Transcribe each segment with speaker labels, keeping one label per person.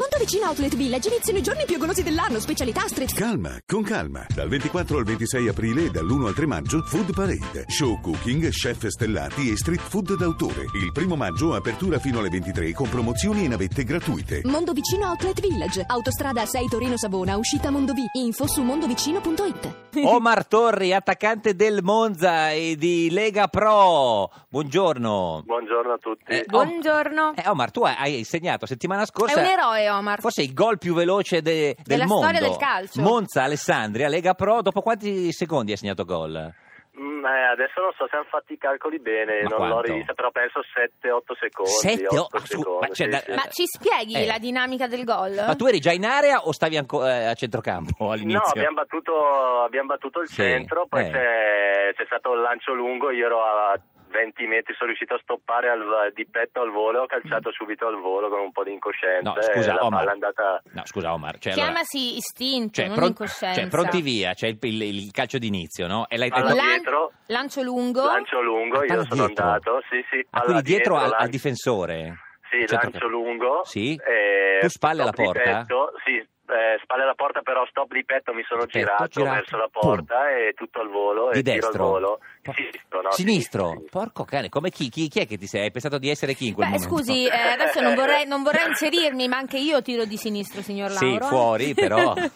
Speaker 1: Officina Outlet Village iniziano i giorni più golosi dell'anno, specialità street
Speaker 2: Calma, con calma. Dal 24 al 26 aprile e dall'1 al 3 maggio, Food Parade, show cooking, chef stellati e street food d'autore. Il primo maggio apertura fino alle 23 con promozioni e navette gratuite.
Speaker 1: Mondovicino Outlet Village, autostrada 6 Torino Savona, uscita Mondovì, info su mondovicino.it.
Speaker 3: Omar Torri, attaccante del Monza e di Lega Pro. Buongiorno.
Speaker 4: Buongiorno a tutti.
Speaker 3: Eh, Om-
Speaker 5: Oh. Buongiorno.
Speaker 3: eh, Omar, tu hai insegnato settimana
Speaker 5: È
Speaker 3: scorsa.
Speaker 5: un eroe Omar.
Speaker 3: Forse il gol più veloce de- del
Speaker 5: Della
Speaker 3: mondo.
Speaker 5: storia del calcio.
Speaker 3: Monza, Alessandria, Lega Pro. Dopo quanti secondi hai segnato gol?
Speaker 4: Mm, eh, adesso non so se hanno fatto i calcoli bene,
Speaker 3: Ma
Speaker 4: non l'ho
Speaker 3: quanto?
Speaker 4: rivista, però penso 7-8 secondi.
Speaker 3: Sette,
Speaker 4: otto
Speaker 3: oh, ah, scu-
Speaker 4: secondi,
Speaker 3: ma c'è
Speaker 4: sì,
Speaker 3: da-
Speaker 4: sì.
Speaker 5: Ma ci spieghi
Speaker 3: Eh.
Speaker 5: la dinamica del gol?
Speaker 3: Ma tu eri già in area o stavi anco- eh, a centrocampo all'inizio?
Speaker 4: No, abbiamo battuto, abbiamo battuto il
Speaker 3: Sì,
Speaker 4: centro, poi
Speaker 3: eh.
Speaker 4: c'è, c'è stato il lancio lungo, io ero a 20 metri, sono riuscito a stoppare al- di petto al volo, ho calciato subito al volo con un po' di incoscienza
Speaker 3: Mm. No,
Speaker 4: e
Speaker 3: scusa,
Speaker 4: eh, la
Speaker 3: Omar.
Speaker 4: palla è andata...
Speaker 3: No, scusa, Omar. Cioè, allora-
Speaker 5: Chiamasi istinto,
Speaker 3: cioè,
Speaker 5: non
Speaker 3: pron-
Speaker 5: incoscienza.
Speaker 3: cioè, pronti via, c'è il, il- il calcio d'inizio, no? E l'hai-
Speaker 4: Alla-
Speaker 3: l'hai-
Speaker 5: Lan-
Speaker 4: dietro.
Speaker 5: lancio lungo.
Speaker 4: Lancio lungo, io
Speaker 3: Palla
Speaker 4: sono
Speaker 3: dietro.
Speaker 4: andato, sì sì,
Speaker 3: Ah,
Speaker 4: palla
Speaker 3: quindi dietro, al, al
Speaker 4: lancio-
Speaker 3: difensore?
Speaker 4: Sì,
Speaker 3: Al centrocampo.
Speaker 4: lancio lungo.
Speaker 3: Certo Sì?
Speaker 4: eh,
Speaker 3: tu spalle alla
Speaker 4: stop di
Speaker 3: porta?
Speaker 4: petto, sì, eh, spalle alla porta, però stop di petto mi sono
Speaker 3: Petto,
Speaker 4: girato,
Speaker 3: girato,
Speaker 4: verso la
Speaker 3: pum.
Speaker 4: porta e tutto al volo
Speaker 3: Di
Speaker 4: e tiro al
Speaker 3: destro?
Speaker 4: volo.
Speaker 3: Po-
Speaker 4: Sinistro, no?
Speaker 3: Sinistro?
Speaker 4: Sinistro.
Speaker 3: Porco cane, come chi, chi, chi è che ti sei? Hai pensato di essere chi in quel
Speaker 5: Beh,
Speaker 3: momento?
Speaker 5: scusi, eh, adesso non vorrei, non vorrei inserirmi, ma anche io tiro di sinistro, signor
Speaker 3: Sì,
Speaker 5: Lauro. eh.
Speaker 3: fuori, però.
Speaker 5: e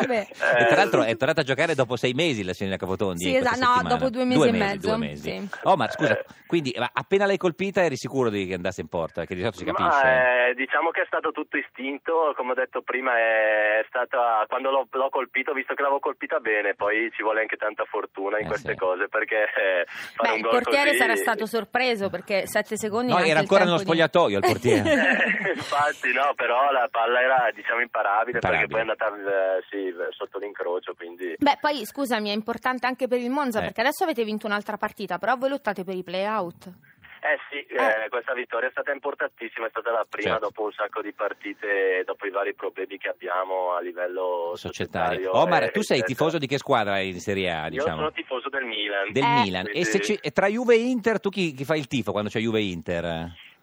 Speaker 5: vabbè.
Speaker 4: Eh,
Speaker 3: E tra l'altro è tornata a giocare dopo sei mesi la signora Capotondi.
Speaker 5: Sì,
Speaker 3: questa
Speaker 5: esatto, no,
Speaker 3: settimana.
Speaker 5: dopo due mesi e mezzo,
Speaker 3: Due mesi.
Speaker 5: sì.
Speaker 3: Omar, scusa,
Speaker 4: Eh.
Speaker 3: quindi ma appena l'hai colpita eri sicuro di che andasse in porta? Che di solito si capisce.
Speaker 4: Ma, eh, diciamo che è stato tutto istinto, come ho detto prima, è stata quando l'ho, l'ho colpito, visto che l'avevo colpita bene, poi ci vuole anche tanta fortuna in
Speaker 3: Eh,
Speaker 4: queste
Speaker 3: sì.
Speaker 4: cose perché eh, fare
Speaker 5: Beh,
Speaker 4: un
Speaker 5: il
Speaker 4: gol
Speaker 5: portiere
Speaker 4: così-
Speaker 5: sarà stato sorpreso perché sette secondi
Speaker 3: No,
Speaker 5: è anche
Speaker 3: era
Speaker 5: il
Speaker 3: ancora
Speaker 5: tempo
Speaker 3: nello
Speaker 5: di-
Speaker 3: spogliatoio il portiere.
Speaker 4: Eh, Infatti, no, però la palla era diciamo imparabile,
Speaker 3: Imparabile.
Speaker 4: perché poi è andata eh, sì, sotto l'incrocio, quindi
Speaker 5: Beh, poi scusami, è importante anche per il Monza
Speaker 3: Eh.
Speaker 5: perché adesso avete vinto un'altra partita, però voi lottate per i play-out.
Speaker 4: Eh sì, eh, questa vittoria è stata importantissima, è stata la prima
Speaker 3: Certo.
Speaker 4: dopo un sacco di partite, dopo i vari problemi che abbiamo a livello
Speaker 3: Societario.
Speaker 4: societario.
Speaker 3: Omar,
Speaker 4: eh,
Speaker 3: tu sei
Speaker 4: eccetera.
Speaker 3: tifoso di che squadra in Serie A?
Speaker 4: Io
Speaker 3: Diciamo?
Speaker 4: sono tifoso del Milan.
Speaker 3: Del
Speaker 5: Eh.
Speaker 3: Milan. E
Speaker 4: Quindi-
Speaker 3: se ci- e tra Juve e Inter, tu chi, chi fa il tifo quando c'è Juve e Inter?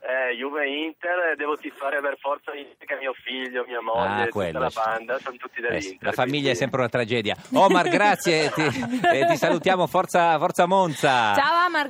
Speaker 4: Eh, Juve e Inter, eh, devo tifare per forza perché mio figlio, mia moglie,
Speaker 3: Ah,
Speaker 4: tutta
Speaker 3: quello,
Speaker 4: la
Speaker 3: sì.
Speaker 4: banda, sono tutti
Speaker 3: Eh sì,
Speaker 4: dell'Inter.
Speaker 3: la famiglia
Speaker 4: quindi-
Speaker 3: è sempre una tragedia. Omar, grazie, ti, eh, ti salutiamo, forza, forza Monza.
Speaker 5: Ciao Amar,